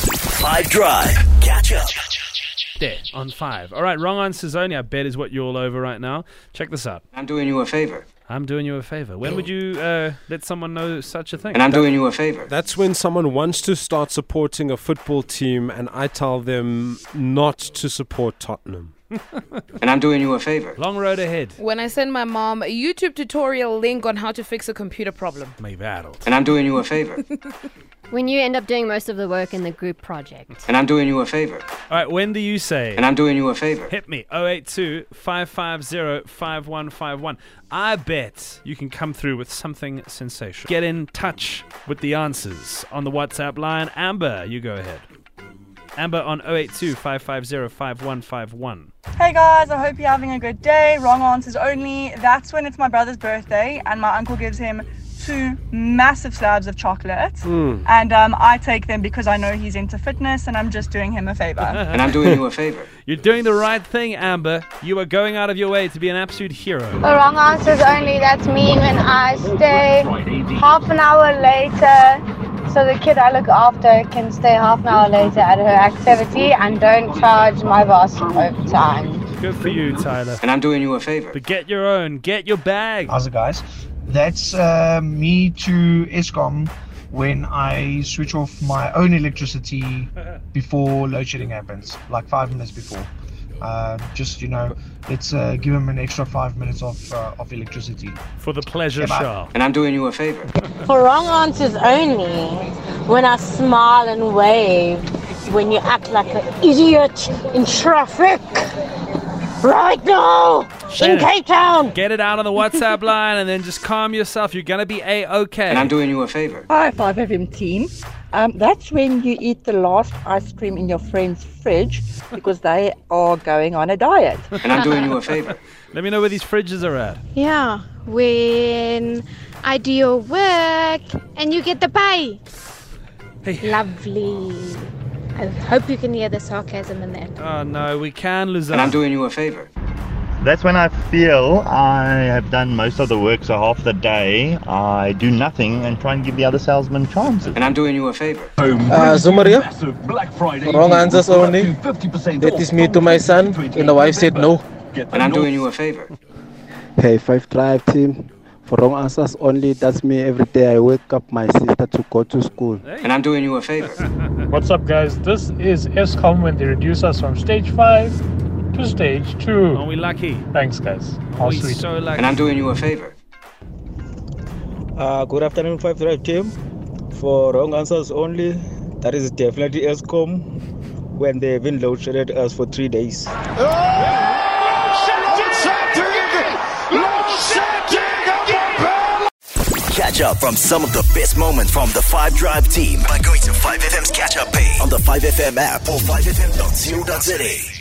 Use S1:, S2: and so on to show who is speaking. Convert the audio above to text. S1: Five Drive. Catch up.
S2: There, on five. All right, wrong answers only, I bet, is what you're all over right now. Check this out.
S3: I'm doing you a favor.
S2: I'm doing you a favor. When would you uh, let someone know such a thing?
S3: And I'm doing you a favor.
S4: That's when someone wants to start supporting a football team, and I tell them not to support Tottenham.
S3: And I'm doing you a favor.
S2: Long road ahead.
S5: When I send my mom a YouTube tutorial link on how to fix a computer problem.
S2: May battled.
S3: And I'm doing you a favor.
S6: When you end up doing most of the work in the group project.
S3: And I'm doing you a favor.
S2: All right, when do you say?
S3: And I'm doing you a favor.
S2: Hit me 082 550 5151. I bet you can come through with something sensational. Get in touch with the answers on the WhatsApp line. Amber, you go ahead. Amber on 082 550 5151.
S7: Hey guys, I hope you're having a good day. Wrong answers only. That's when it's my brother's birthday, and my uncle gives him two massive slabs of chocolate. And um, I take them because I know he's into fitness, and I'm just doing him a favor.
S3: And I'm doing you a favor.
S2: You're doing the right thing, Amber. You are going out of your way to be an absolute hero.
S8: The wrong answers only. That's mean when I stay half an hour later. So the kid I look after can stay half an hour later at her activity and don't charge my boss overtime.
S2: Good for you, Tyler.
S3: And I'm doing you a favor.
S2: But get your own, get your bag.
S9: How's it, guys? That's uh, me to ESCOM when I switch off my own electricity before load shedding happens, like five minutes before. Uh, just you know, let's uh, give them an extra five minutes of uh, of electricity.
S2: For the pleasure
S9: bye.
S2: show.
S3: And I'm doing you a favor.
S8: For wrong answers only. When I smile and wave. When you act like an idiot in traffic. Right now!
S2: Shannon. Cape
S8: Town!
S2: Get it out on the WhatsApp line and then just calm yourself. You're going to be A
S3: And I'm
S2: OK.
S3: doing you a favor.
S10: Hi, 5FM team. Um, that's when you eat the last ice cream in your friend's fridge because they are going on a diet.
S3: And I'm doing you a favor.
S2: Let me know where these fridges are at.
S6: Yeah, when I do your work and you get the pay.
S2: Hey.
S6: Lovely. I hope you can hear the sarcasm in that.
S2: Oh, no, we can lose
S3: And I'm
S2: out.
S3: doing you a favor.
S11: That's when I feel I have done most of the work, so half the day I do nothing and try and give the other salesman chances.
S3: And I'm doing you a favor.
S9: Uh, Zumaria, wrong answers only. That is me to my son, and the wife said no.
S3: And I'm doing you a favor.
S11: Hey, Five Drive team, for wrong answers only, that's me every day. I wake up my sister to go to school.
S3: And I'm doing you a favor.
S9: What's up, guys? This is ESCOM when they reduce us from stage five to stage
S2: Are
S9: two.
S2: we lucky?
S9: Thanks, guys.
S2: Are we so
S3: And I'm
S2: lucky?
S3: doing you a favor.
S9: Uh, good afternoon, Five Drive team. For wrong answers only, that is definitely ESCOM when they've been load shedded us for three days.
S1: Catch up from some of the best moments from the Five Drive team by going to 5FM's catch up page on the 5FM app or 5FM.co.za.